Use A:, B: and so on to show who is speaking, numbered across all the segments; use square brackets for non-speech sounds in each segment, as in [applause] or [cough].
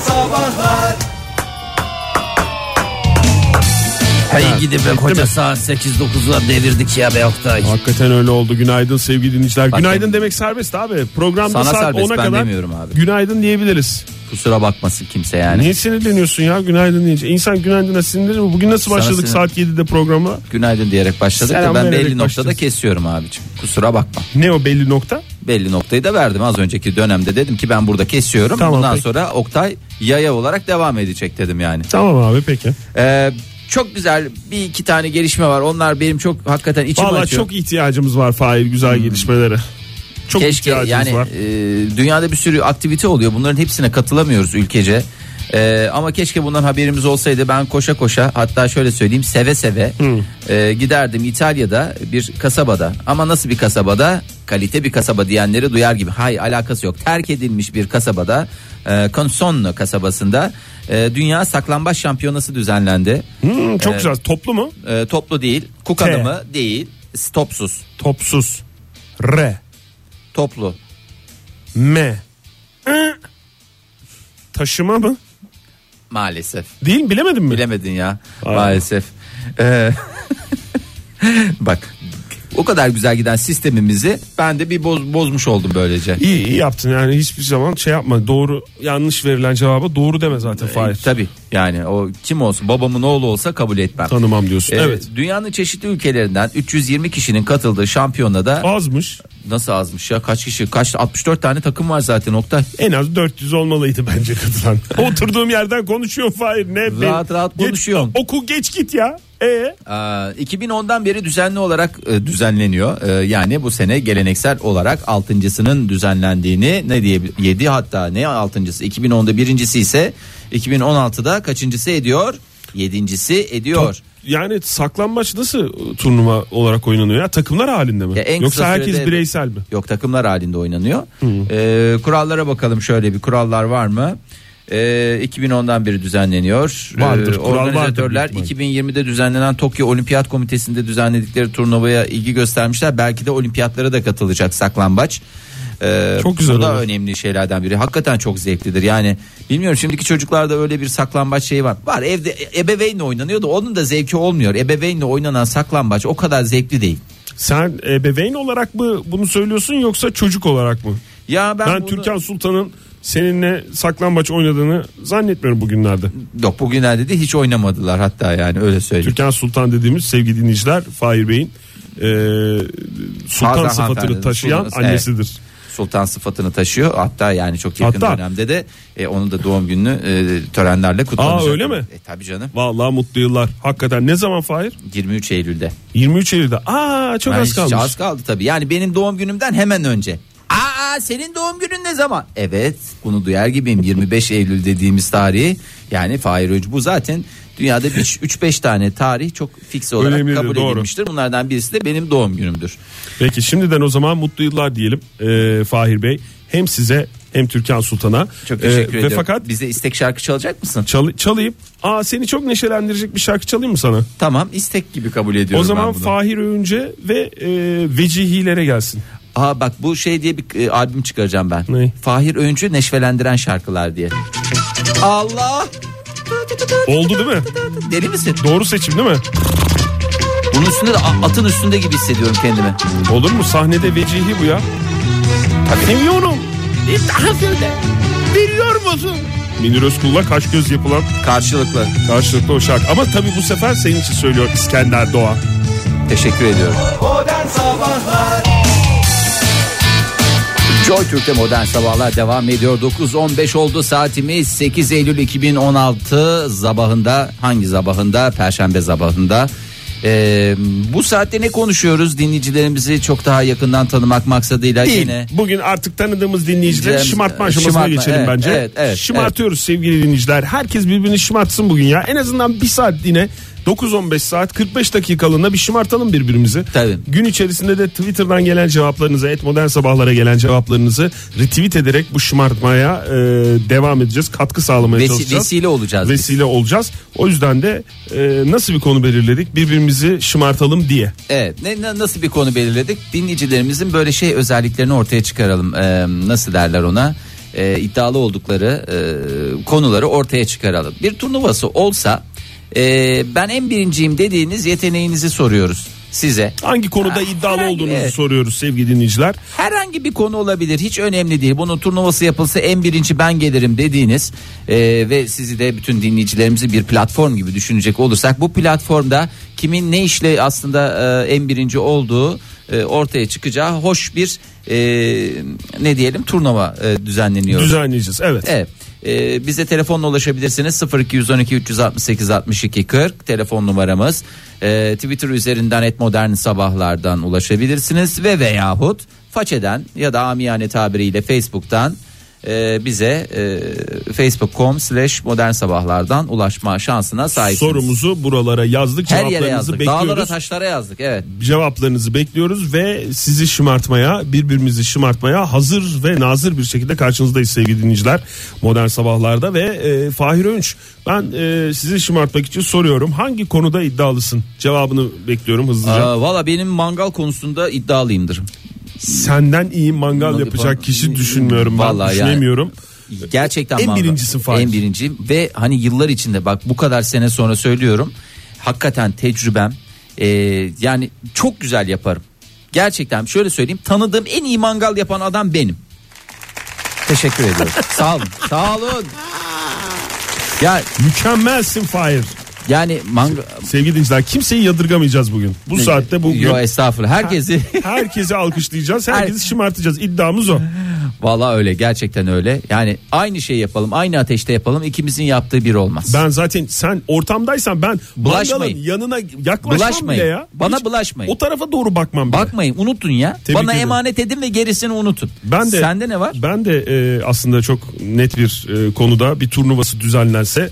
A: Sabahlar
B: Hey gidip be koca saat 8-9'a devirdik ya be Oktay.
C: Hakikaten öyle oldu. Günaydın sevgili dinleyiciler.
B: Bak
C: günaydın
B: benim-
C: demek serbest abi. Programda
B: Sana
C: saat
B: serbest,
C: 10'a
B: ben
C: kadar
B: demiyorum abi.
C: günaydın diyebiliriz.
B: Kusura bakmasın kimse yani.
C: Niye sinirleniyorsun ya günaydın deyince? İnsan günaydına sinirlenir mi? Bugün nasıl
B: Sana
C: başladık
B: sinir-
C: saat 7'de programa?
B: Günaydın diyerek başladık
C: Selam
B: da ben
C: vererek
B: belli noktada
C: başlayacağız.
B: kesiyorum abicim. Kusura bakma.
C: Ne o belli nokta?
B: Belli noktayı da verdim az önceki dönemde dedim ki ben burada kesiyorum.
C: Tamam,
B: Bundan
C: peki.
B: sonra Oktay yaya olarak devam edecek dedim yani.
C: Tamam abi peki.
B: Ee, çok güzel bir iki tane gelişme var. Onlar benim çok hakikaten içim
C: Valla
B: açıyor. Hmm.
C: çok ihtiyacımız var Fahir güzel gelişmelere. Çok
B: Keşke
C: ihtiyacımız
B: yani
C: var.
B: e, dünyada bir sürü aktivite oluyor. Bunların hepsine katılamıyoruz ülkece. E, ama keşke bundan haberimiz olsaydı ben koşa koşa hatta şöyle söyleyeyim seve seve e, giderdim İtalya'da bir kasabada ama nasıl bir kasabada kalite bir kasaba diyenleri duyar gibi hay alakası yok terk edilmiş bir kasabada e, Consonno kasabasında e, dünya saklambaç şampiyonası düzenlendi
C: Hmm, çok güzel. Toplu mu?
B: E, toplu değil kuk
C: T.
B: adımı değil topsuz
C: Topsuz. R.
B: toplu
C: M. I. Taşıma mı?
B: maalesef
C: Değil bilemedim mi?
B: Bilemedin ya
C: Aynen.
B: maalesef. Ee, [laughs] bak o kadar güzel giden sistemimizi ben de bir boz, bozmuş oldum böylece.
C: İyi, iyi yaptın yani hiçbir zaman şey yapma doğru yanlış verilen cevaba doğru deme zaten
B: Tabi
C: Fahir.
B: Tabii yani o kim olsun babamın oğlu olsa kabul etmem.
C: Tanımam diyorsun.
B: Ee,
C: Evet.
B: Dünyanın çeşitli ülkelerinden 320 kişinin katıldığı şampiyonada
C: Azmış.
B: nasıl azmış ya kaç kişi kaç 64 tane takım var zaten Oktay.
C: En az 400 olmalıydı
B: [laughs]
C: bence katılan. Oturduğum yerden konuşuyor Fahir. Ne
B: Rahat rahat
C: Geç-
B: konuşuyorum.
C: oku geç git ya. E
B: Ee, 2010'dan beri düzenli olarak e, düzenleniyor. Ee, Yani bu sene geleneksel olarak altıncısının düzenlendiğini ne diye 7 hatta ne altıncısı 2010'da birincisi ise 2016'da kaçıncısı ediyor? Yedincisi ediyor.
C: yani saklanmaç nasıl turnuva olarak oynanıyor ya? Takımlar halinde mi?
B: Ya en
C: Yoksa
B: kısa
C: herkes
B: sürede-
C: bireysel mi?
B: Yok takımlar halinde oynanıyor. Ee, kurallara bakalım şöyle bir kurallar var mı? Ee, 2010'dan beri düzenleniyor. Ee,
C: Vardır, kural vardır
B: organizatörler
C: büyük
B: 2020'de düzenlenen Tokyo Olimpiyat Komitesi'nde düzenledikleri turnuvaya ilgi göstermişler. Belki de olimpiyatlara da katılacak saklambaç. Ee,
C: Çok güzel
B: Bu da
C: olur.
B: önemli şeylerden biri. Hakikaten çok zevklidir. Yani bilmiyorum şimdiki çocuklarda öyle bir saklambaç şeyi var. Var evde e, ebeveynle oynanıyor da onun da zevki olmuyor. Ebeveynle oynanan saklambaç o kadar zevkli değil.
C: Sen ebeveyn olarak mı bunu söylüyorsun yoksa çocuk olarak mı?
B: Ya ben,
C: Ben,
B: bunu-
C: Türkan Sultan'ın seninle saklambaç oynadığını zannetmiyorum bugünlerde.
B: Yok bugünlerde de hiç oynamadılar hatta yani öyle söyleyeyim.
C: Türkan Sultan dediğimiz sevgili dinleyiciler Fahir Bey'in e, sultan
B: Hazan hanımefendi,
C: sıfatını taşıyan
B: sultanız,
C: annesidir.
B: Sultan sıfatını taşıyor. Hatta yani çok yakın
C: Hatta-
B: dönemde de e, onun da doğum gününü e, törenlerle kutlanacak.
C: Aa, öyle mi?
B: E, tabii canım.
C: Vallahi mutlu yıllar. Hakikaten ne zaman Fahir?
B: 23 Eylül'de.
C: 23 Eylül'de. Aa çok
B: Yani
C: az
B: hiç
C: kalmış.
B: Az kaldı tabii. Yani benim doğum günümden hemen önce. Aa senin doğum günün ne zaman? Evet bunu duyar gibiyim 25 Eylül dediğimiz tarihi. Yani Fahir Öcü bu zaten dünyada 3-5 tane tarih çok fix olarak
C: Önemlidir,
B: kabul
C: doğru.
B: edilmiştir. Bunlardan birisi de benim doğum günümdür.
C: Peki şimdiden o zaman mutlu yıllar diyelim e, Fahir Bey. Hem size hem Türkan Sultan'a.
B: Çok teşekkür
C: E,
B: ediyorum.
C: Ve fakat
B: Bize istek şarkı çalacak mısın?
C: çal- çalayım. Aa seni çok neşelendirecek bir şarkı çalayım mı sana?
B: Tamam istek gibi kabul ediyorum
C: o zaman
B: ben bunu.
C: Fahir Öğünce ve e, Vecihilere gelsin.
B: Aa bak bu şey diye bir e, albüm çıkaracağım ben.
C: Ne?
B: Fahir Öğüncü neşvelendiren şarkılar diye. Allah!
C: Oldu değil mi?
B: Deli misin?
C: Doğru seçim değil mi?
B: Bunun üstünde de a- atın üstünde gibi hissediyorum kendimi.
C: Olur mu? Sahnede vecihi bu ya. Seviyorum. Veriyor musun? Münir Özkul'la kaş göz yapılan
B: Karşılıklı.
C: karşılıklı o şarkı. Ama tabii bu sefer senin için söylüyor İskender Doğa.
B: Teşekkür ediyorum.
A: Modern Sabahlar
B: Joy Türk'te modern sabahlar devam ediyor. 9.15 oldu saatimiz. 8 Eylül 2016 sabahında hangi sabahında? Perşembe sabahında. Ee, bu saatte ne konuşuyoruz? Dinleyicilerimizi çok daha yakından tanımak maksadıyla
C: Değil.
B: yine
C: Bugün artık tanıdığımız dinleyicileri
B: Dinleyicilerimiz-
C: şımartma
B: e,
C: aşamasına
B: şımartma,
C: geçelim
B: evet,
C: bence.
B: evet, evet,
C: Şımartıyoruz sevgili dinleyiciler. Herkes birbirini şımartsın bugün ya. En azından bir saatliğine 9-15 saat 45 dakikalığına bir şımartalım birbirimizi.
B: Tabii.
C: Gün içerisinde de Twitter'dan gelen cevaplarınızı, et modern sabahlara gelen cevaplarınızı retweet ederek bu şımartmaya e, devam edeceğiz. Katkı sağlamaya
B: Vesi-
C: çalışacağız.
B: vesile olacağız biz.
C: Vesile olacağız. O yüzden de e, nasıl bir konu belirledik? Birbirimizi şımartalım diye.
B: Evet ne, ne- nasıl bir konu belirledik? Dinleyicilerimizin böyle şey özelliklerini ortaya çıkaralım. Ee, nasıl derler ona? Ee, iddialı oldukları konuları ortaya çıkaralım. Bir turnuvası olsa e, ben en birinciyim dediğiniz yeteneğinizi soruyoruz size.
C: Hangi konuda
B: Ha,
C: iddialı
B: herhangi-
C: olduğunuzu
B: Ah, evet.
C: soruyoruz sevgili dinleyiciler.
B: Herhangi bir konu olabilir hiç önemli değil. Bunun turnuvası yapılsa en birinci ben gelirim dediğiniz e, ve sizi de bütün dinleyicilerimizi bir platform gibi düşünecek olursak bu platformda kimin ne işle aslında e, en birinci olduğu e, ortaya çıkacağı hoş bir e, ne diyelim turnuva e, düzenleniyor.
C: Düzenleyeceğiz. Evet.
B: Evet. Ee, bize telefonla ulaşabilirsiniz 0212 368 62 40 telefon numaramız Ee, Twitter üzerinden et modern sabahlardan ulaşabilirsiniz ve veyahut façeden ya da amiyane tabiriyle Facebook'tan e, bize e, facebook.com slash modern sabahlardan ulaşma şansına sahipsiniz.
C: Sorumuzu buralara yazdık.
B: her yere
C: Cevaplarınızı
B: yazdık. Dağlara
C: bekliyoruz.
B: taşlara yazdık. Evet.
C: Cevaplarınızı bekliyoruz ve sizi şımartmaya, birbirimizi şımartmaya hazır ve nazır bir şekilde karşınızdayız sevgili dinleyiciler. Modern sabahlarda ve e, Fahir Önç ben e, sizi şımartmak için soruyorum. Hangi konuda iddialısın? Cevabını bekliyorum hızlıca.
B: Aa, Valla benim mangal konusunda iddialıyımdır.
C: Senden iyi mangal
B: Mangal-
C: yapacak kişi düşünmüyorum ben.
B: Vallahi yani.
C: Düşünemiyorum.
B: Gerçekten
C: En
B: mangal.
C: birincisi Fahir.
B: En birinci ve hani yıllar içinde bak bu kadar sene sonra söylüyorum. Hakikaten tecrübem e, yani çok güzel yaparım. Gerçekten şöyle söyleyeyim tanıdığım en iyi mangal yapan adam benim. Teşekkür
C: [laughs]
B: ediyorum. sağ olun. Sağ olun. Ya
C: Mükemmelsin Fahir.
B: yani mangal
C: Sevgili dinleyiciler kimseyi yadırgamayacağız bugün. Bu saatte bugün
B: Yo estağfurullah. Herkesi
C: herkesi alkışlayacağız. Herkesi şımartacağız. İddiamız o.
B: [laughs] Vallahi öyle gerçekten öyle. Yani aynı şey yapalım, aynı ateşte yapalım. İkimizin yaptığı bir olmaz.
C: Ben zaten sen ortamdaysan ben mangalın
B: Bulaşmayın.
C: yanına yaklaşmam
B: Bulaşmayın.
C: bile ya.
B: Bana bulaşmayın.
C: O tarafa doğru bakmam bile.
B: Bakmayın unutun ya.
C: Tebrik
B: Bana
C: ederim.
B: emanet edin ve gerisini unutun.
C: Ben de
B: Sende ne var?
C: Ben de e, aslında çok net bir e, konuda bir turnuvası düzenlense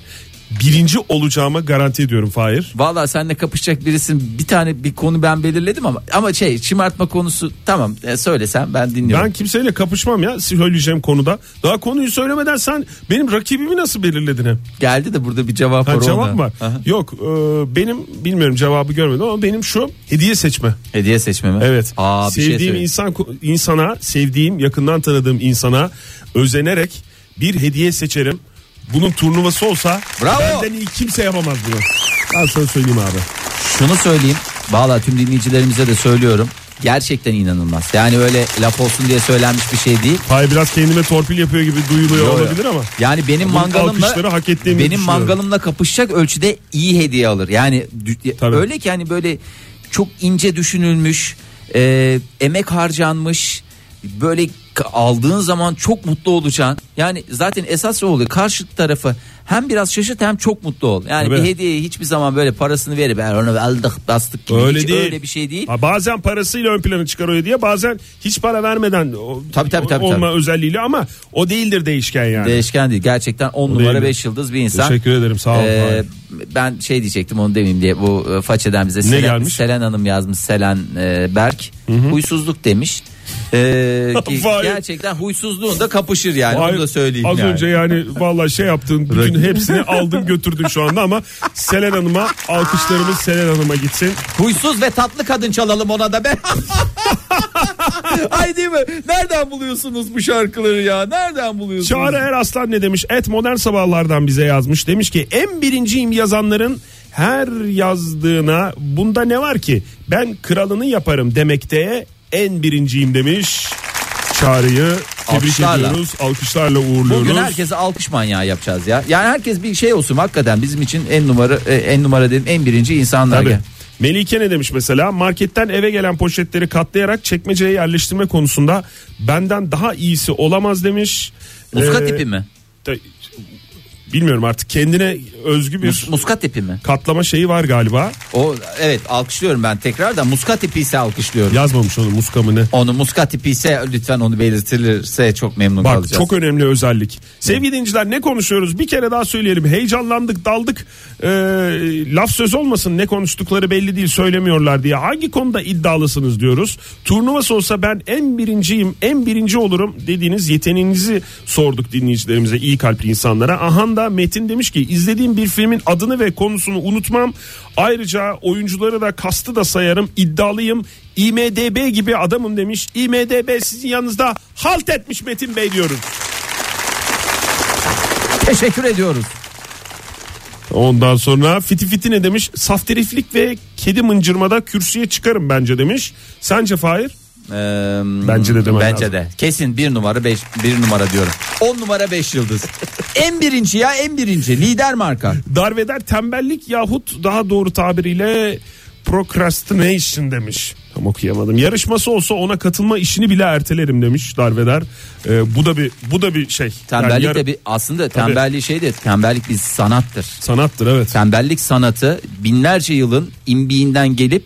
C: birinci olacağıma garanti ediyorum Fahir.
B: Valla seninle kapışacak birisin. Bir tane bir konu ben belirledim ama ama şey şımartma konusu tamam e, söylesen ben dinliyorum.
C: Ben kimseyle kapışmam ya söyleyeceğim konuda. Daha konuyu söylemeden sen benim rakibimi nasıl belirledin hem?
B: Geldi de burada bir cevap
C: Ha,
B: var.
C: cevap
B: ona.
C: var.
B: Aha.
C: Yok e, benim bilmiyorum cevabı görmedim ama benim şu hediye seçme.
B: Hediye seçmemi.
C: Evet.
B: Aa, bir şey
C: sevdiğim
B: söyle.
C: insan insana, sevdiğim, yakından tanıdığım insana özenerek bir hediye seçerim. Bunun turnuvası olsa
B: Bravo.
C: benden iyi kimse yapamaz bunu. Ben sana söyleyeyim abi.
B: Şunu söyleyeyim. Valla tüm dinleyicilerimize de söylüyorum. Gerçekten inanılmaz. Yani öyle laf olsun diye söylenmiş bir şey değil.
C: Hayır biraz kendime torpil yapıyor gibi duyuluyor
B: Yo, yo.
C: olabilir ama.
B: Yani benim
C: Bunun alkışları
B: mangalımla
C: hak ettiğimi
B: benim
C: düşünüyorum.
B: mangalımla kapışacak ölçüde iyi hediye alır. Yani dü-
C: Tabii.
B: öyle ki hani böyle çok ince düşünülmüş, e, emek harcanmış, böyle k- aldığın zaman çok mutlu olacaksın. Yani zaten esas o oluyor. Karşı tarafı hem biraz şaşırt hem çok mutlu ol. Yani
C: Tabii.
B: bir hediyeyi hiçbir zaman böyle parasını verip "Ben onu aldık bastık gibi
C: Öyle
B: hiç
C: değil.
B: öyle bir şey değil.
C: Ha, bazen parasıyla ön plana çıkarıyor diye bazen hiç para vermeden o-
B: Tabii, tabii, tabii,
C: olma
B: tabii.
C: özelliğiyle ama o değildir değişken yani.
B: Değişken değil. Gerçekten 10 numara
C: değil mi?
B: 5 yıldız bir insan.
C: Teşekkür ederim, sağ ol,
B: Ee,
C: Fahir.
B: ben şey diyecektim onu demeyeyim diye. Bu e, façeden bize Selen,
C: gelmiş?
B: Selen Hanım yazmış. Selen e, Berk. Huysuzluk demiş. E,
C: [laughs]
B: ki
C: Fahir.
B: gerçekten huysuzluğunda kapışır yani.
C: Hayır,
B: onu da söyleyeyim
C: Az
B: yani.
C: önce yani vallahi şey yaptın bütün hepsini aldın götürdün şu anda ama Selen Hanım'a alkışlarımız Selen Hanım'a gitsin.
B: Huysuz ve tatlı kadın çalalım ona da be. [laughs] Ay değil mi? Nereden buluyorsunuz bu şarkıları ya? Nereden buluyorsunuz?
C: Çağrı Eraslan ne demiş? Et modern sabahlardan bize yazmış. Demiş ki en birinciyim yazanların her yazdığına bunda ne var ki? Ben kralını yaparım demekte en birinciyim demiş. Çağrı'yı tebrik
B: Alkışlarla.
C: ediyoruz. Alkışlarla uğurluyoruz.
B: Bugün herkese alkış manyağı yapacağız ya. Yani herkes bir şey olsun hakikaten bizim için en numara e, en numara dedim en birinci insanlar.
C: Tabii.
B: gel.
C: Melike ne demiş mesela marketten eve gelen poşetleri katlayarak çekmeceye yerleştirme konusunda benden daha iyisi olamaz demiş.
B: Muska
C: Ee,
B: tipi mi?
C: da- bilmiyorum artık kendine özgü bir
B: Muska tipi mi?
C: katlama şeyi var galiba.
B: O evet alkışlıyorum ben tekrar da muska tipi ise alkışlıyorum.
C: Yazmamış onu muskamını.
B: Onu muska tipi ise lütfen onu belirtilirse çok memnun
C: Bak
B: kalacağız.
C: çok önemli özellik. Sevgili dinciler ne konuşuyoruz? Bir kere daha söyleyelim. Heyecanlandık, daldık. Ee, laf söz olmasın ne konuştukları belli değil söylemiyorlar diye. Hangi konuda iddialısınız diyoruz. Turnuvası olsa ben en birinciyim, en birinci olurum dediğiniz yeteneğinizi sorduk dinleyicilerimize, iyi kalpli insanlara. Ahan da Metin demiş ki izlediğim bir filmin adını ve konusunu unutmam. Ayrıca oyuncuları da kastı da sayarım. İddialıyım. IMDB gibi adamım demiş. IMDB sizin yanınızda halt etmiş Metin Bey diyoruz.
B: Teşekkür ediyoruz.
C: Ondan sonra fiti fiti ne demiş? Saf teriflik ve kedi mıncırmada kürsüye çıkarım bence demiş. Sence Fahir?
B: Ee,
C: Bence de demen
B: Bence
C: lazım.
B: de. Kesin bir numara beş, bir numara diyorum. On numara beş
C: [laughs]
B: yıldız. en birinci ya en birinci. Lider marka.
C: Darveder tembellik yahut daha doğru tabiriyle procrastination demiş. Tam okuyamadım. Yarışması olsa ona katılma işini bile ertelerim demiş Darveder. Ee, bu da bir bu da bir şey.
B: Tembellik
C: Yani yar-
B: de bir aslında tembelliği şey de tembellik bir sanattır.
C: sanattır evet.
B: Tembellik sanatı binlerce yılın imbiğinden gelip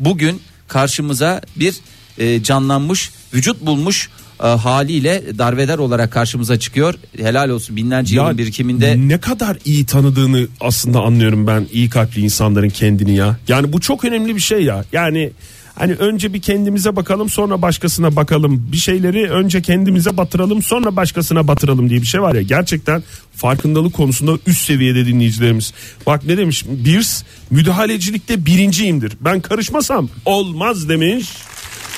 B: bugün karşımıza bir e, canlanmış vücut bulmuş e, haliyle darveder olarak karşımıza çıkıyor. Helal olsun binlerce
C: Ya
B: yılın birikiminde
C: ne kadar iyi tanıdığını aslında anlıyorum ben iyi kalpli insanların kendini ya. Yani bu çok önemli bir şey ya. Yani hani önce bir kendimize bakalım sonra başkasına bakalım. Bir şeyleri önce kendimize batıralım sonra başkasına batıralım diye bir şey var ya. Gerçekten farkındalık konusunda üst seviyede dinleyicilerimiz. Bak ne demiş Birs müdahalecilikte birinciyimdir. Ben karışmasam olmaz demiş.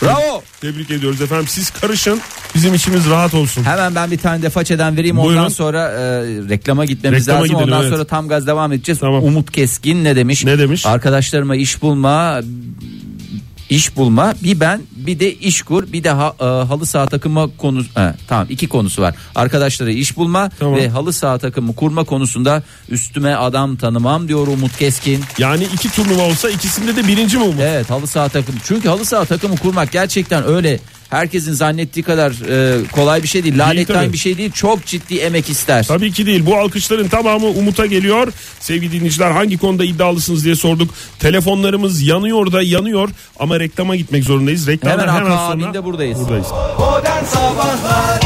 B: bravo.
C: Tebrik ediyoruz efendim. Siz karışın. Bizim içimiz rahat olsun.
B: Hemen ben bir tane de façeden vereyim
C: Buyurun.
B: ondan sonra e, reklama gitmemiz
C: Reklama
B: lazım.
C: gidelim,
B: ondan
C: evet.
B: sonra tam gaz devam edeceğiz.
C: Tamam.
B: Umut Keskin ne demiş?
C: Ne demiş?
B: Arkadaşlarıma iş bulma iş bulma bir ben bir de iş kur bir de ha- e, halı saha takımı konu e, tamam iki konusu var. Arkadaşlara iş bulma
C: Tamam.
B: ve halı saha takımı kurma konusunda üstüme adam tanımam diyor Umut Keskin.
C: Yani iki turnuva olsa ikisinde de birinci mi Umut?
B: Evet halı saha takımı. Çünkü halı saha takımı kurmak gerçekten öyle herkesin zannettiği kadar e, kolay bir şey değil.
C: tabii.
B: Laletten bir şey değil. Çok ciddi emek ister.
C: Tabii ki değil. Bu alkışların tamamı Umut'a geliyor. Sevgili dinleyiciler hangi konuda iddialısınız diye sorduk. Telefonlarımız yanıyor da yanıyor ama reklama gitmek zorundayız. Reklamdan
B: Hemen
C: hemen,
B: Hakkı
C: sonra
B: abinde buradayız.
C: buradayız.
A: Modern Sabahlar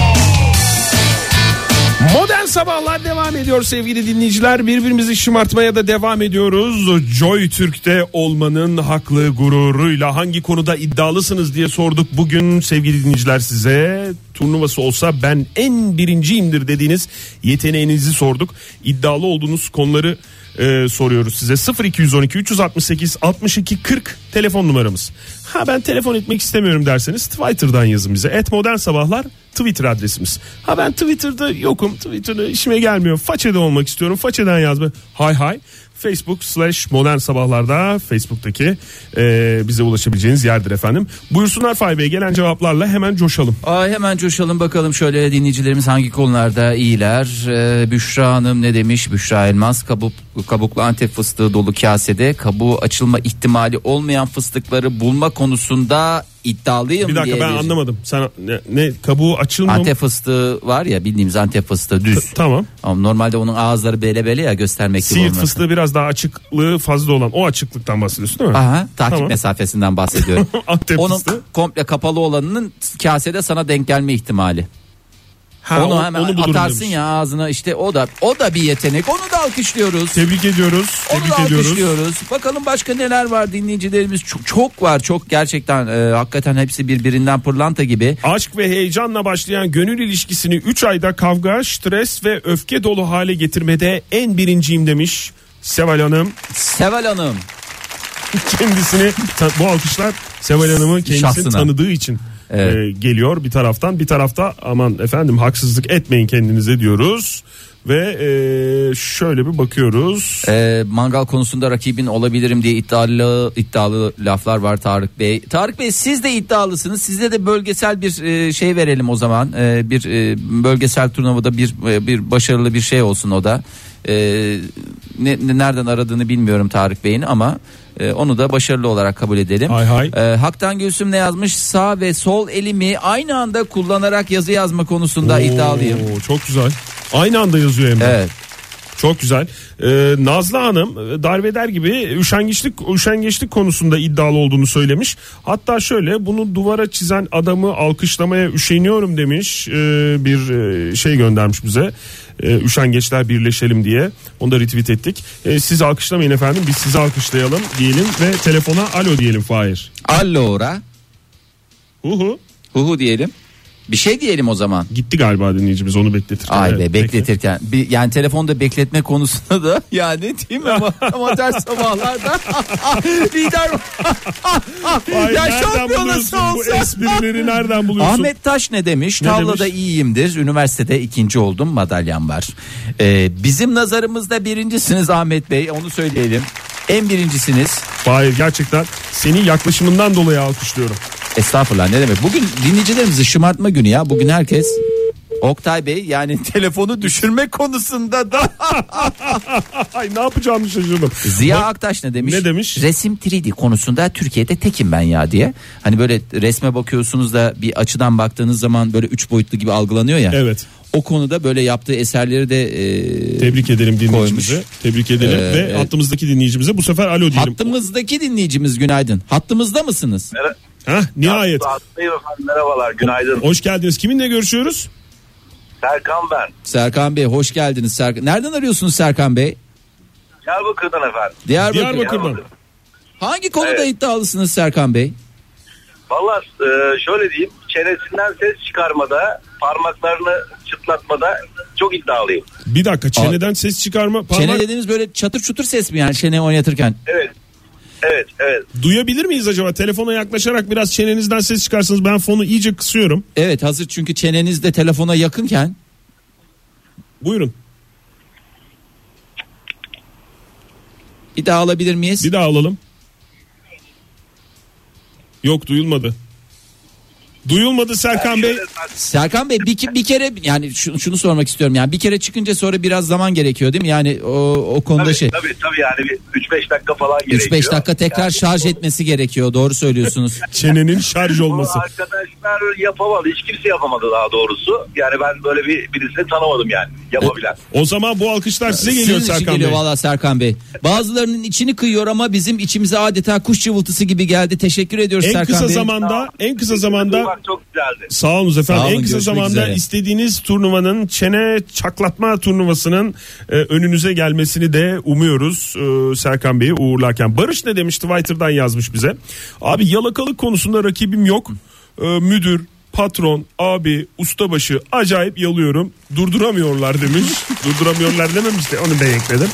C: Modern sabahlar devam ediyor sevgili dinleyiciler. Birbirimizi şımartmaya da devam ediyoruz. Joy Türk'te olmanın haklı gururuyla hangi konuda iddialısınız diye sorduk. Bugün sevgili dinleyiciler size turnuvası olsa ben en birinciyimdir dediğiniz yeteneğinizi sorduk. İddialı olduğunuz konuları e, soruyoruz size. 0212 368 62 40 telefon numaramız. Ha ben telefon etmek istemiyorum derseniz Twitter'dan yazın bize. Et modern sabahlar Twitter adresimiz. Ha ben Twitter'da yokum. Twitter'da işime gelmiyor. Façede olmak istiyorum. Façeden yazma. Hay hay. Facebook slash modern sabahlarda Facebook'taki e, bize ulaşabileceğiniz yerdir efendim. Buyursunlar Fahri Bey gelen cevaplarla hemen coşalım.
B: Aa, hemen coşalım bakalım şöyle dinleyicilerimiz hangi konularda iyiler. Ee, Büşra Hanım ne demiş? Büşra Elmas kabuk, kabuklu antep fıstığı dolu kasede kabuğu açılma ihtimali olmayan fıstıkları bulma konusunda iddialıyım
C: Bir dakika
B: diye
C: ben
B: bir-
C: anlamadım. Sen ne, ne kabuğu açılmıyor mu?
B: Antep fıstığı var ya bildiğimiz antep fıstığı düz.
C: Tamam.
B: Ama normalde onun ağızları bele bele ya göstermek gibi
C: Siirt
B: olmasın.
C: fıstığı biraz daha açıklığı fazla olan o açıklıktan bahsediyorsun değil mi?
B: Aha, takip
C: Tamam.
B: mesafesinden bahsediyorum.
C: [laughs] Antep
B: Ah. Onun
C: fıstığı.
B: komple kapalı olanının kasede sana denk gelme ihtimali.
C: Ha,
B: onu
C: o-
B: hemen
C: bulurum
B: atarsın
C: demiş.
B: ya ağzına işte o da o da bir yetenek. Onu da alkışlıyoruz.
C: Tebrik ediyoruz.
B: Onu da
C: Tebrik ediyoruz.
B: alkışlıyoruz. Bakalım başka neler var dinleyicilerimiz çok, çok var çok gerçekten e, hakikaten hepsi birbirinden pırlanta gibi.
C: Aşk ve heyecanla başlayan gönül ilişkisini 3 ayda kavga, stres ve öfke dolu hale getirmede en birinciyim demiş Seval Hanım. [laughs]
B: Seval Hanım
C: Kendisini ta- bu alkışlar Seval Hanım'ın kendisini
B: Şahsına.
C: tanıdığı için
B: Evet.
C: e, geliyor bir taraftan. Bir tarafta aman efendim haksızlık etmeyin kendinize diyoruz. Ve e, şöyle bir bakıyoruz.
B: e, mangal konusunda rakibin olabilirim diye iddialı iddialı laflar var Tarık Bey. Tarık Bey siz de iddialısınız. Sizde de bölgesel bir e, şey verelim o zaman. E, bir e, bölgesel turnuvada bir e, bir başarılı bir şey olsun o da. E, ne, ne- nereden aradığını bilmiyorum Tarık Bey'in ama e, onu da başarılı olarak kabul edelim.
C: Hay hay.
B: E, Haktan Gülsüm ne yazmış? Sağ ve sol elimi aynı anda kullanarak yazı yazma konusunda
C: Oo,
B: iddialıyım.
C: Çok güzel. Aynı anda yazıyor hem de.
B: Evet.
C: Çok güzel. Ee, Nazlı Hanım e, darbeder gibi üşengeçlik üşengeçlik konusunda iddialı olduğunu söylemiş. Hatta şöyle bunu duvara çizen adamı alkışlamaya üşeniyorum demiş. Ee, bir e, şey göndermiş bize. Ee, üşengeçler birleşelim diye. Onu da retweet ettik. Ee, siz alkışlamayın efendim. Biz sizi alkışlayalım diyelim ve telefona alo diyelim Fahir.
B: Allora.
C: Hu hu.
B: Huhu diyelim. Bir şey diyelim o zaman.
C: Gitti galiba dinleyicimiz onu bekletirken.
B: Ay
C: Evet,
B: be bekletirken bir, yani telefonda bekletme konusunda da [laughs] yani değil mi
C: [laughs]
B: ama amatör sabahlarda [laughs] lider
C: Ay,
B: ya
C: nereden
B: şampiyonası
C: buluyorsun Bu
B: olsa [laughs]
C: esprileri nereden buluyorsun?
B: Ahmet Taş ne demiş?
C: Ne
B: Tavlada
C: demiş?
B: iyiyimdir. Üniversitede ikinci oldum. Madalyam var. Ee, bizim nazarımızda birincisiniz Ahmet Bey. Onu söyleyelim. En birincisiniz.
C: Hayır gerçekten senin yaklaşımından dolayı alkışlıyorum. [laughs]
B: Estağfurullah ne demek. Bugün dinleyicilerimizi şımartma günü ya. Bugün herkes Oktay Bey yani [laughs] telefonu düşürme konusunda da
C: Ay ne yapacağımı şaşırdım.
B: Ziya
C: Bak-
B: Aktaş ne demiş?
C: Ne demiş?
B: Resim 3D konusunda Türkiye'de tekim ben ya diye. Hani böyle resme bakıyorsunuz da bir açıdan baktığınız zaman böyle üç boyutlu gibi algılanıyor ya.
C: Evet.
B: O konuda böyle yaptığı eserleri de e,
C: Tebrik edelim dinleyicimize.
B: Koymuş.
C: Tebrik edelim
B: Ee,
C: ve
B: evet.
C: hattımızdaki dinleyicimize bu sefer alo diyelim.
B: Hattımızdaki dinleyicimiz günaydın. Hattımızda mısınız?
C: Hah, nihayet.
D: Bey efendim merhabalar günaydın.
C: Hoş geldiniz. Kiminle görüşüyoruz?
D: Serkan ben.
B: Serkan Bey hoş geldiniz. Serkan. Nereden arıyorsunuz Serkan Bey?
D: Diyarbakır'dan efendim.
B: Diyarbakır.
C: Diyarbakır'dan.
B: Hangi konuda
D: Evet.
B: iddialısınız Serkan Bey?
D: Valla e, şöyle diyeyim çenesinden ses çıkarmada parmaklarını çıtlatmada çok iddialıyım.
C: Bir dakika çeneden ses çıkarma parmak
B: Çene dediğiniz böyle çatır çutur ses mi yani çene oynatırken?
D: Evet. Evet evet.
C: duyabilir miyiz acaba? Telefona yaklaşarak biraz çenenizden ses çıkarsınız. Ben fonu iyice kısıyorum.
B: Evet hazır çünkü çeneniz de telefona yakınken.
C: Buyurun.
B: Bir daha alabilir miyiz?
C: Bir daha alalım. Yok duyulmadı. Duyulmadı Serkan Bey.
B: Serkan Bey bir, ke- bir kere yani şu- şunu sormak istiyorum yani bir kere çıkınca sonra biraz zaman gerekiyor değil mi? Yani o, o konuda
D: Tabii,
B: şey
D: tabii tabii yani bir 3-5 dakika falan gerekiyor.
B: 3-5 dakika tekrar
D: Yani
B: şarj etmesi gerekiyor doğru söylüyorsunuz.
C: Çenenin şarj
D: bunu
C: olması.
D: arkadaşlar yapamadı. Hiç kimse yapamadı daha doğrusu. Yani ben böyle bir birisini tanımadım yani
C: E,
D: yapabilen.
C: O zaman bu alkışlar size geliyor
B: Sizin için
C: Serkan Bey.
B: geliyor valla Serkan Bey. Bazılarının içini kıyıyor ama bizim içimize adeta kuş cıvıltısı gibi geldi. Teşekkür ediyoruz
C: En
B: Serkan
C: kısa
B: Bey.
C: zamanda, en kısa zamanda
D: Duymak çok güzeldi.
C: Sağ olun efendim.
B: Sağ olun,
C: en kısa
B: görüşmek
C: zamanda
B: üzere.
C: istediğiniz turnuvanın çene çaklatma turnuvasının e, önünüze gelmesini de umuyoruz e, Serkan Bey'i uğurlarken. Barış ne demişti? Twitter'dan yazmış bize. Abi yalakalık konusunda rakibim yok. E, müdür, patron, abi, ustabaşı acayip yalıyorum.
B: [laughs]
C: Durduramıyorlar demiş. Durduramıyorlar dememiş de onu ben ekledim.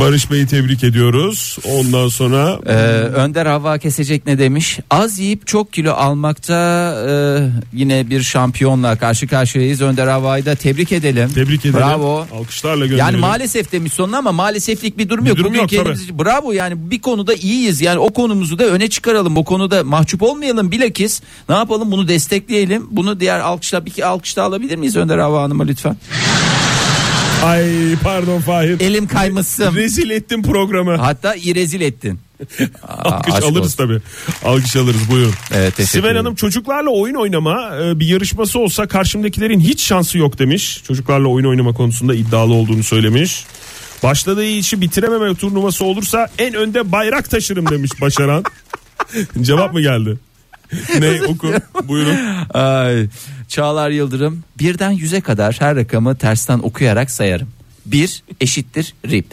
C: Barış Bey'i tebrik ediyoruz. Ondan sonra
B: Ee, Önder Hava Kesecek ne demiş? Az yiyip çok kilo almakta e, yine bir şampiyonla karşı karşıyayız. Önder Hava'yı da tebrik edelim.
C: tebrik ederim.
B: Bravo.
C: Alkışlarla gönderelim.
B: Yani maalesef demiş sonuna ama maaleseflik bir durum yok.
C: durum
B: Bugün
C: yok,
B: kendimiz- bravo yani bir konuda iyiyiz. Yani o konumuzu da öne çıkaralım. O konuda mahcup olmayalım bilakis. Ne yapalım bunu destekleyelim. Bunu diğer alkışla bir iki alkışla alabilir miyiz Önder Hava Hanım'a lütfen?
C: Ay pardon Fahir.
B: Elim kaymışsın.
C: Rezil ettim programı.
B: Hatta iyi rezil ettin. Aa,
C: Alkış
B: aşk
C: alırız
B: olsun.
C: tabii. Alkış alırız buyurun.
B: Evet, teşekkür
C: Sibel
B: ederim.
C: Hanım çocuklarla oyun oynama e, bir yarışması olsa karşımdakilerin hiç şansı yok demiş. Çocuklarla oyun oynama konusunda iddialı olduğunu söylemiş. Başladığı işi bitirememe turnuvası olursa en önde bayrak taşırım demiş
B: [laughs]
C: başaran. Cevap mı geldi? ne oku buyurun.
B: [laughs] Ay, Çağlar Yıldırım birden yüze kadar her rakamı tersten okuyarak sayarım. Bir eşittir rip.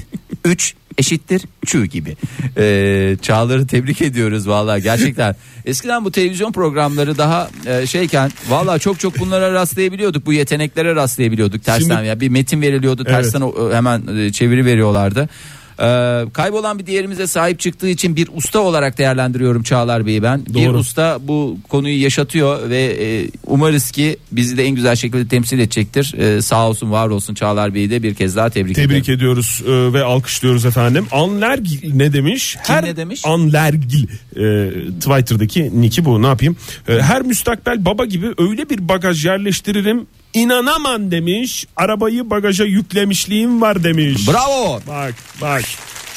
B: Üç eşittir çü gibi. Ee, Çağlar'ı tebrik ediyoruz vallahi gerçekten. Eskiden bu televizyon programları daha e, şeyken vallahi çok çok bunlara rastlayabiliyorduk. Bu yeteneklere rastlayabiliyorduk tersten.
C: Şimdi-
B: ya bir metin veriliyordu tersten o- hemen e, çeviri veriyorlardı. Ee, kaybolan bir değerimize sahip çıktığı için bir usta olarak değerlendiriyorum Çağlar Bey'i ben. Bir
C: Doğru.
B: usta bu konuyu yaşatıyor ve e, umarız ki bizi de en güzel şekilde temsil edecektir. E, sağ olsun var olsun Çağlar Bey'i de bir kez daha tebrik, ederim.
C: Tebrik ediyoruz e, ve alkışlıyoruz efendim. Anlergil ne demiş?
B: Kim ne demiş?
C: Anlergil e, Twitter'daki niki bu ne yapayım? E, her müstakbel baba gibi öyle bir bagaj yerleştiririm inanaman demiş. Arabayı bagaja yüklemişliğim var demiş.
B: Bravo.
C: Bak bak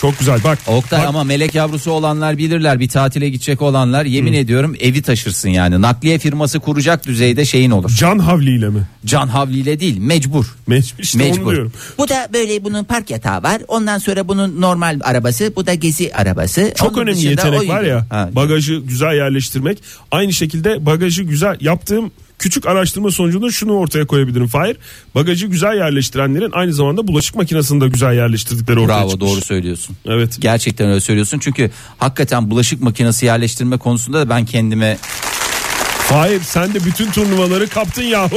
C: çok güzel bak.
B: Oktay
C: bak,
B: ama melek yavrusu olanlar bilirler bir tatile gidecek olanlar yemin ediyorum evi taşırsın yani nakliye firması kuracak düzeyde şeyin olur.
C: Can havliyle mi?
B: Can havliyle değil mecbur.
C: Mecbur. İşte onu diyorum.
B: Bu da böyle bunun park yatağı var. Ondan sonra bunun normal arabası, bu da gezi arabası.
C: Çok
B: Onun
C: önemli
B: dışında
C: yetenek
B: oyun-
C: var ya
B: Ha,
C: bagajı güzel yerleştirmek. Aynı şekilde bagajı güzel yaptığım küçük araştırma sonucunda şunu ortaya koyabilirim Fahir. Bagajı güzel yerleştirenlerin aynı zamanda bulaşık makinesini de güzel yerleştirdikleri ortaya
B: Bravo
C: çıkmış.
B: doğru söylüyorsun.
C: Evet.
B: Gerçekten öyle söylüyorsun. Çünkü hakikaten bulaşık makinesi yerleştirme konusunda da ben kendime
C: Fahir sen de bütün turnuvaları kaptın yahu.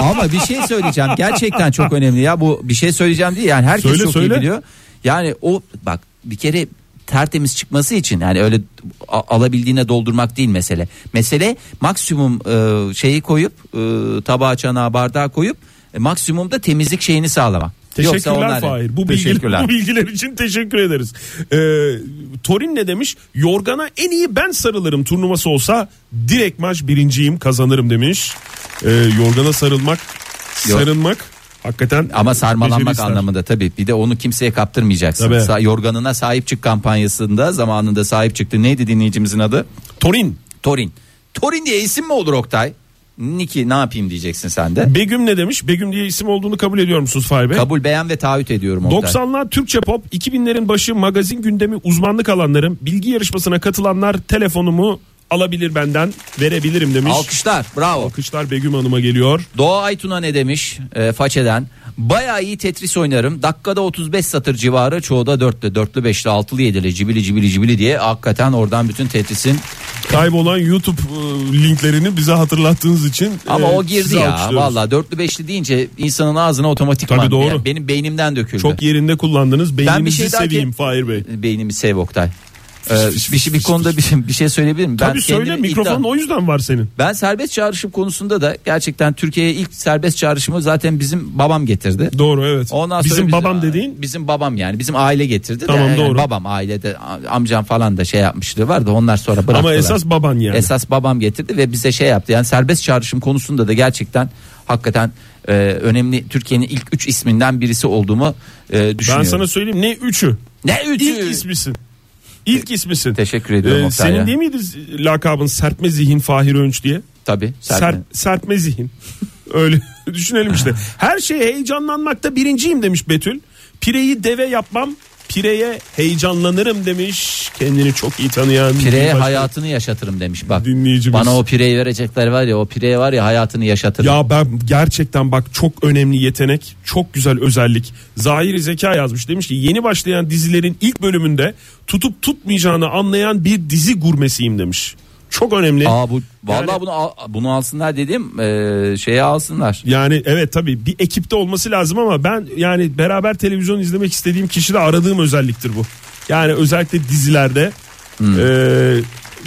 B: Ama bir şey söyleyeceğim. Gerçekten çok önemli ya. Bu bir şey söyleyeceğim değil. Yani herkes
C: Söyle,
B: çok
C: söyle.
B: iyi biliyor. Yani o bak bir kere tertemiz çıkması için yani öyle a- alabildiğine doldurmak değil mesele. Mesele maksimum e, şeyi koyup e, tabağa çanağa bardağa koyup e, maksimumda temizlik şeyini sağlamak. Yoksa
C: Teşekkürler
B: onlar-
C: Fahir. Bu,
B: Teşekkürler.
C: bilgiler, bu bilgiler için teşekkür ederiz. Ee, Torin ne demiş? Yorgana en iyi ben sarılırım turnuvası olsa direkt maç birinciyim kazanırım demiş. Ee, yorgana sarılmak,
B: Yok.
C: sarılmak hakikaten
B: Ama sarmalanmak
C: beceri ister.
B: anlamında tabii. Bir de onu kimseye kaptırmayacaksın.
C: Tabii.
B: Sa- yorganına sahip çık kampanyasında zamanında sahip çıktı. Neydi dinleyicimizin adı?
C: Torin.
B: Torin. Torin diye isim mi olur Oktay? Niki ne yapayım diyeceksin sen de.
C: Begüm ne demiş? Begüm diye isim olduğunu kabul ediyor musunuz Fahir Bey?
B: Kabul beğen ve taahhüt ediyorum Oktay.
C: 90'lar Türkçe pop, 2000'lerin başı magazin gündemi uzmanlık alanlarım. Bilgi yarışmasına katılanlar telefonumu alabilir benden, verebilirim demiş.
B: Alkışlar bravo.
C: Alkışlar Begüm Hanım'a geliyor.
B: Doğa Aytun'a ne demiş e, façeden? Bayağı iyi Tetris oynarım. Dakikada 35 satır civarı çoğu da 4'lü, 4'lü, 5'li, 6'lı, 7'li, cibili cibili cibili diye hakikaten oradan bütün Tetris'in
C: Kaybolan YouTube e, linklerini bize hatırlattığınız için
B: ama
C: e,
B: o girdi
C: sizi
B: ya
C: alkışlıyoruz.
B: valla 4'lü 5'li deyince insanın ağzına otomatikman
C: Tabii doğru.
B: Yani benim beynimden döküldü.
C: Çok yerinde kullandınız.
B: bir
C: Beyninizi
B: şey daha
C: seveyim
B: ki-
C: Fahir Bey.
B: beynimi sev Oktay. Ee, bir, şey- bir konuda bir, bir şey söyleyebilir miyim?
C: Tabii söyle
B: kendimi
C: mikrofon
B: iddia-
C: o yüzden var senin.
B: Ben serbest çağrışım konusunda da gerçekten Türkiye'ye ilk serbest çağrışımı zaten bizim babam getirdi.
C: Doğru evet.
B: Ondan sonra
C: Bizim babam dediğin
B: bizim babam yani bizim aile getirdi
C: Tamam,
B: de yani
C: doğru.
B: babam ailede a- amcam falan da şey yapmıştı vardı onlar sonra bıraktılar.
C: ama esas baban yani.
B: esas babam getirdi ve bize şey yaptı. Yani serbest çağrışım konusunda da gerçekten hakikaten e, önemli Türkiye'nin ilk üç isminden birisi olduğumu e,
C: ben
B: düşünüyorum.
C: sana söyleyeyim ne üçü?
B: ne üçü?
C: İlk ismisin. İlk ismisin.
B: Teşekkür ediyorum
C: Ee,
B: Oktay
C: Senin
B: ya.
C: değil miydi lakabın serpme zihin Fahir Önç diye?
B: Tabii.
C: Serp,
B: Serpil.
C: serpme zihin. [laughs] Öyle düşünelim işte. Her şeye heyecanlanmakta birinciyim demiş Betül. Pireyi deve yapmam, pireye heyecanlanırım demiş. Kendini çok iyi tanıyan.
B: Pireye
C: bir başka-
B: hayatını yaşatırım demiş bak.
C: Dinleyicimiz.
B: Bana o pireyi verecekler var ya o pireye var ya hayatını yaşatırım.
C: Ya ben gerçekten bak çok önemli yetenek, çok güzel özellik. Zahiri Zeka yazmış demiş ki yeni başlayan dizilerin ilk bölümünde tutup tutmayacağını anlayan bir dizi gurmesiyim demiş. Çok önemli.
B: Aa bu vallahi
C: Yani-
B: bunu al- bunu alsınlar dedim. Ee, şeye alsınlar.
C: Yani evet tabii bir ekipte olması lazım ama ben yani beraber televizyon izlemek istediğim kişide aradığım özelliktir bu. Yani özellikle dizilerde. Ee,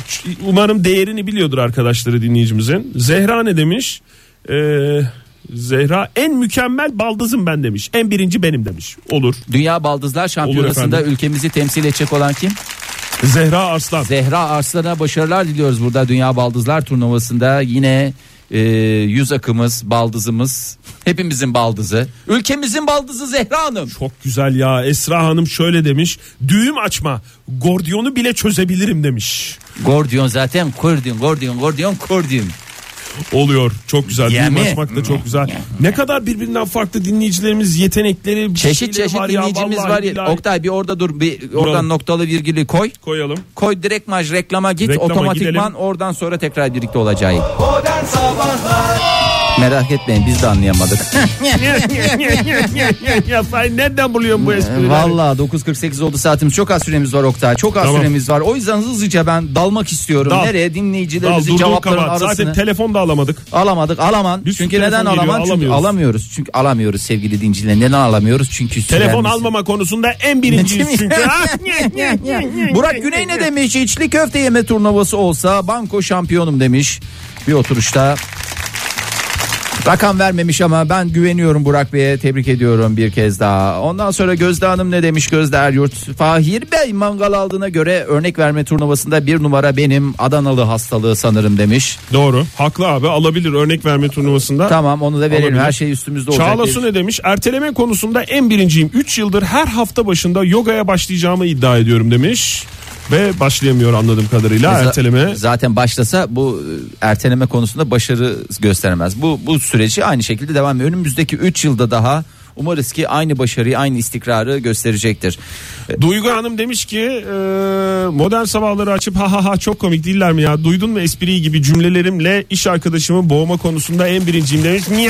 C: ç- umarım değerini biliyordur arkadaşları dinleyicimizin. Zehra ne demiş? Ee, Zehra en mükemmel baldızım ben demiş. En birinci benim demiş. Olur.
B: Dünya Baldızlar Şampiyonası'nda
C: efendim.
B: ülkemizi temsil edecek olan kim?
C: Zehra Arslan.
B: Zehra Arslan'a başarılar diliyoruz burada Dünya Baldızlar turnuvasında. Yine e, yüz akımız, baldızımız, hepimizin baldızı. Ülkemizin baldızı Zehra Hanım.
C: Çok güzel ya. Esra Hanım şöyle demiş. Düğüm açma. Gordiyonu bile çözebilirim demiş.
B: Gordiyon zaten Gordiyon, Gordiyon, Gordiyon, Gordiyon.
C: Oluyor. Çok güzel.
B: Yemi.
C: Düğüm açmak da çok güzel. Ne kadar birbirinden farklı dinleyicilerimiz yetenekleri bir
B: Çeşit
C: şeyleri
B: çeşit
C: var ya,
B: dinleyicimiz
C: vallahi
B: var ya.
C: billahi.
B: Oktay bir orada dur bir
C: Duralım.
B: oradan noktalı virgülü koy. [laughs]
C: koyalım.
B: Koy direkt maj reklama git
C: Reklama
B: otomatikman
C: gidelim.
B: oradan sonra tekrar birlikte olacağız.
A: Modern Sabahlar
B: Merak etmeyin biz de anlayamadık.
C: ya sen nereden buluyorsun bu esprileri?
B: Vallahi 9.48 oldu saatimiz. Çok az süremiz var Oktay. Çok az
C: Tamam.
B: süremiz var. O yüzden hızlıca ben dalmak istiyorum.
C: Dal.
B: Nereye
C: Al,
B: dinleyicilerimizin
C: durduğun
B: cevaplarının
C: kabahat.
B: arasını.
C: Zaten telefon da alamadık.
B: Alamadık alaman.
C: Bir sürü
B: Çünkü neden
C: telefon geliyor,
B: alaman? Çünkü
C: alamıyoruz.
B: alamıyoruz. Çünkü alamıyoruz sevgili dinciler. Neden alamıyoruz? Çünkü
C: Telefon
B: süremiz-
C: almama konusunda en birinciyiz çünkü.
B: [laughs]
C: Ah,
B: Burak Güney ne demiş? İçli köfte yeme turnuvası olsa banko şampiyonum demiş. Bir oturuşta Rakam vermemiş ama ben güveniyorum Burak Bey'e tebrik ediyorum bir kez daha. Ondan sonra Gözde Hanım ne demiş Gözde Eryurt? Fahir Bey mangal aldığına göre örnek verme turnuvasında bir numara benim Adanalı hastalığı sanırım demiş.
C: Doğru. Haklı abi alabilir örnek verme turnuvasında.
B: Tamam onu da verelim
C: Olabilir.
B: her şey üstümüzde olacak.
C: Çağla Su ne demiş? Erteleme konusunda en birinciyim. 3 yıldır her hafta başında yogaya başlayacağımı iddia ediyorum demiş. Ve başlayamıyor anladığım kadarıyla
B: Za-
C: erteleme.
B: Zaten başlasa bu e, erteleme konusunda başarı gösteremez. Bu bu süreci aynı şekilde devam ediyor. Önümüzdeki 3 yılda daha Umarız ki aynı başarıyı, aynı istikrarı gösterecektir. E,
C: Duygu Hanım demiş ki e, modern sabahları açıp ha ha ha çok komik değiller mi ya duydun mu espriyi gibi cümlelerimle iş arkadaşımı boğma konusunda en birinciyim demiş. Niye?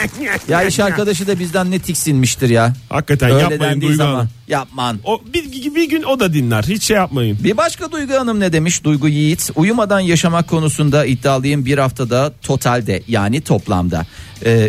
B: [laughs] Ya iş arkadaşı da bizden ne tiksinmiştir ya.
C: Hakikaten
B: Öyle
C: yapmayın
B: dendiği
C: Duygu
B: zaman.
C: Hanım.
B: Yapman.
C: O, bir, bir gün o da dinler hiç şey yapmayın.
B: Bir başka Duygu Hanım ne demiş? Duygu Yiğit uyumadan yaşamak konusunda iddialıyım bir haftada totalde yani toplamda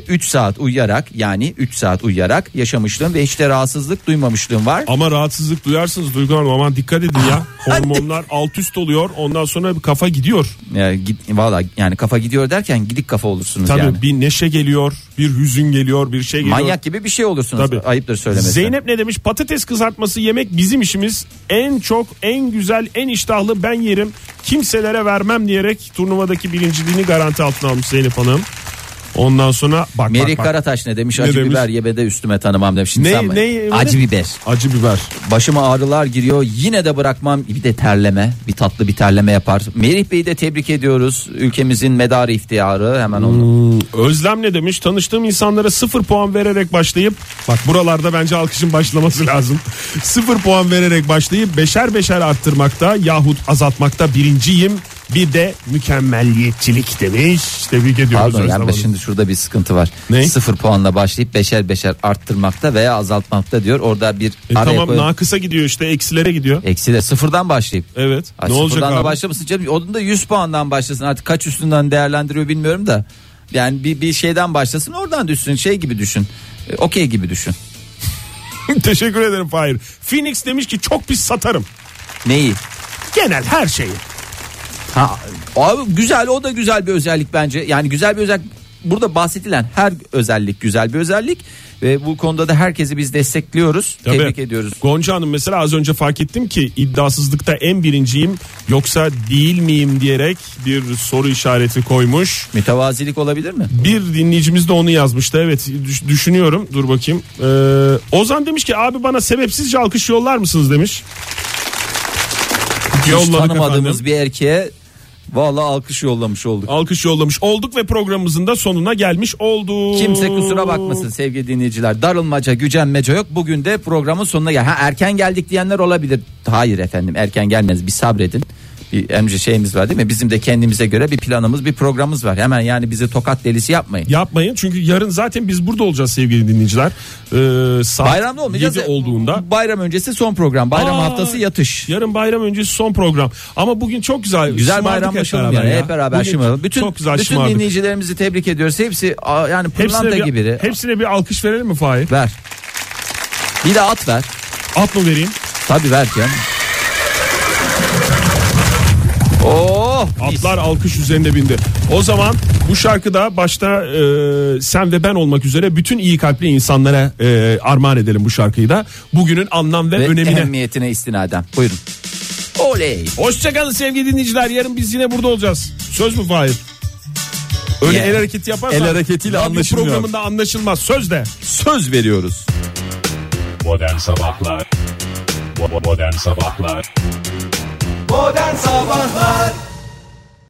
B: 3 saat uyuyarak yani 3 saat uyuyarak yaşamışlığım ve hiç de rahatsızlık duymamışlığım var.
C: Ama rahatsızlık duyarsınız Duygu Hanım aman dikkat edin
B: [laughs]
C: ya. Hormonlar alt üst oluyor ondan sonra bir kafa gidiyor.
B: Ya, git, Valla yani kafa gidiyor derken gidik kafa olursunuz
C: Tabii
B: yani.
C: bir neşe geliyor bir hüzün geliyor bir şey geliyor.
B: Manyak gibi bir şey olursunuz
C: Tabii.
B: ayıptır söylemesi.
C: Zeynep ne demiş? Patates kızartması yemek bizim işimiz. En çok, en güzel, en iştahlı ben yerim. Kimselere vermem diyerek turnuvadaki birinciliğini garanti altına almış Zeynep Hanım. Ondan sonra bak
B: Meri
C: bak bak.
B: Karataş ne demiş?
C: Ne
B: Acı
C: demiş?
B: biber yebede üstüme tanımam demiş. Şimdi
C: Ne-
B: sen mi?
C: ne- öyle
B: Acı
C: mi?
B: biber.
C: Acı biber.
B: Başıma ağrılar giriyor yine de bırakmam bir de terleme bir tatlı bir terleme yapar. Merih Bey'i de tebrik ediyoruz ülkemizin medarı iftiharı hemen onu.
C: Hmm. Özlem ne demiş? Tanıştığım insanlara sıfır puan vererek başlayıp bak buralarda bence alkışın başlaması lazım. [laughs] Sıfır puan vererek başlayıp beşer beşer arttırmakta yahut azaltmakta birinciyim. Bir de mükemmelliyetçilik demiş. Tebrik ediyoruz
B: Pardon
C: Özlem
B: yani
C: Hanım.
B: şimdi şurada bir sıkıntı var.
C: Ne?
B: Sıfır puanla başlayıp beşer beşer arttırmakta veya azaltmakta diyor. Orada bir
C: E
B: araya
C: tamam
B: koyalım.
C: nakısa gidiyor işte eksilere gidiyor.
B: Eksi de sıfırdan başlayıp.
C: Evet.
B: Ay,
C: ne olacak
B: sıfırdan da
C: abi?
B: başlamasın canım. Onun da 100 puandan başlasın. Artık kaç üstünden değerlendiriyor bilmiyorum da. Yani bir, bir şeyden başlasın oradan düşsün. Şey gibi düşün. E, Okey gibi düşün.
C: [laughs] Teşekkür ederim Fahir. Phoenix demiş ki çok pis satarım.
B: Neyi?
C: Genel her şeyi.
B: Ha, abi güzel o da güzel bir özellik bence. Yani güzel bir özellik. Burada bahsedilen her özellik güzel bir özellik. Ve bu konuda da herkesi biz destekliyoruz.
C: Tabii.
B: Tebrik ediyoruz.
C: Gonca Hanım mesela az önce fark ettim ki iddiasızlıkta en birinciyim yoksa değil miyim diyerek bir soru işareti koymuş.
B: Mütevazilik olabilir mi?
C: Bir dinleyicimiz de onu yazmıştı. Evet düş- düşünüyorum. Dur bakayım. Ee, Ozan demiş ki abi bana sebepsizce alkış yollar mısınız demiş.
B: Hiç
C: Yolladık
B: tanımadığımız
C: efendim.
B: bir erkeğe valla alkış yollamış olduk.
C: Alkış yollamış olduk ve programımızın da sonuna gelmiş olduk.
B: Kimse kusura bakmasın sevgili dinleyiciler. Darılmaca, gücenmece yok. Bugün de programın sonuna gel. Ha erken geldik diyenler olabilir. Hayır efendim erken gelmez. Bir sabredin. Bir önce şeyimiz var değil mi? Bizim de kendimize göre bir planımız, bir programımız var. Hemen yani bizi tokat delisi yapmayın.
C: Yapmayın çünkü yarın zaten biz burada olacağız sevgili dinleyiciler. Ee, saat
B: Bayramda olmayacağız.
C: 7 olduğunda.
B: Bayram öncesi son program. Bayram
C: Aa,
B: haftası yatış.
C: Yarın bayram öncesi son program. Ama bugün çok güzel.
B: Güzel
C: şımardık
B: bayramlaşalım yani
C: ya.
B: hep beraber
C: Bugün
B: şımaralım. Bütün,
C: çok güzel
B: bütün
C: şımardık.
B: dinleyicilerimizi tebrik ediyoruz. Hepsi a, yani
C: Hepsine
B: pırlanta
C: bir,
B: gibi.
C: hepsine bir alkış verelim mi Fahir?
B: Ver. Bir de at ver.
C: At mı vereyim?
B: Tabii ver canım. Oh. mis.
C: Atlar alkış üzerinde bindi. O zaman bu şarkıda başta e, sen ve ben olmak üzere bütün iyi kalpli insanlara e, armağan edelim bu şarkıyı da. Bugünün anlam ve,
B: Ve
C: önemine.
B: ehemmiyetine istinaden. Buyurun. Oley.
C: Hoşçakalın sevgili dinleyiciler. Yarın biz yine burada olacağız. Söz mü Fahir? Öyle
B: Yeah.
C: el hareketi yaparsan
B: El hareketiyle
C: radyo
B: anlaşılmıyor.
C: programında anlaşılmaz. Söz de.
B: Söz veriyoruz.
E: Modern Sabahlar Bo- bo- Modern Sabahlar
A: Modern Sabahlar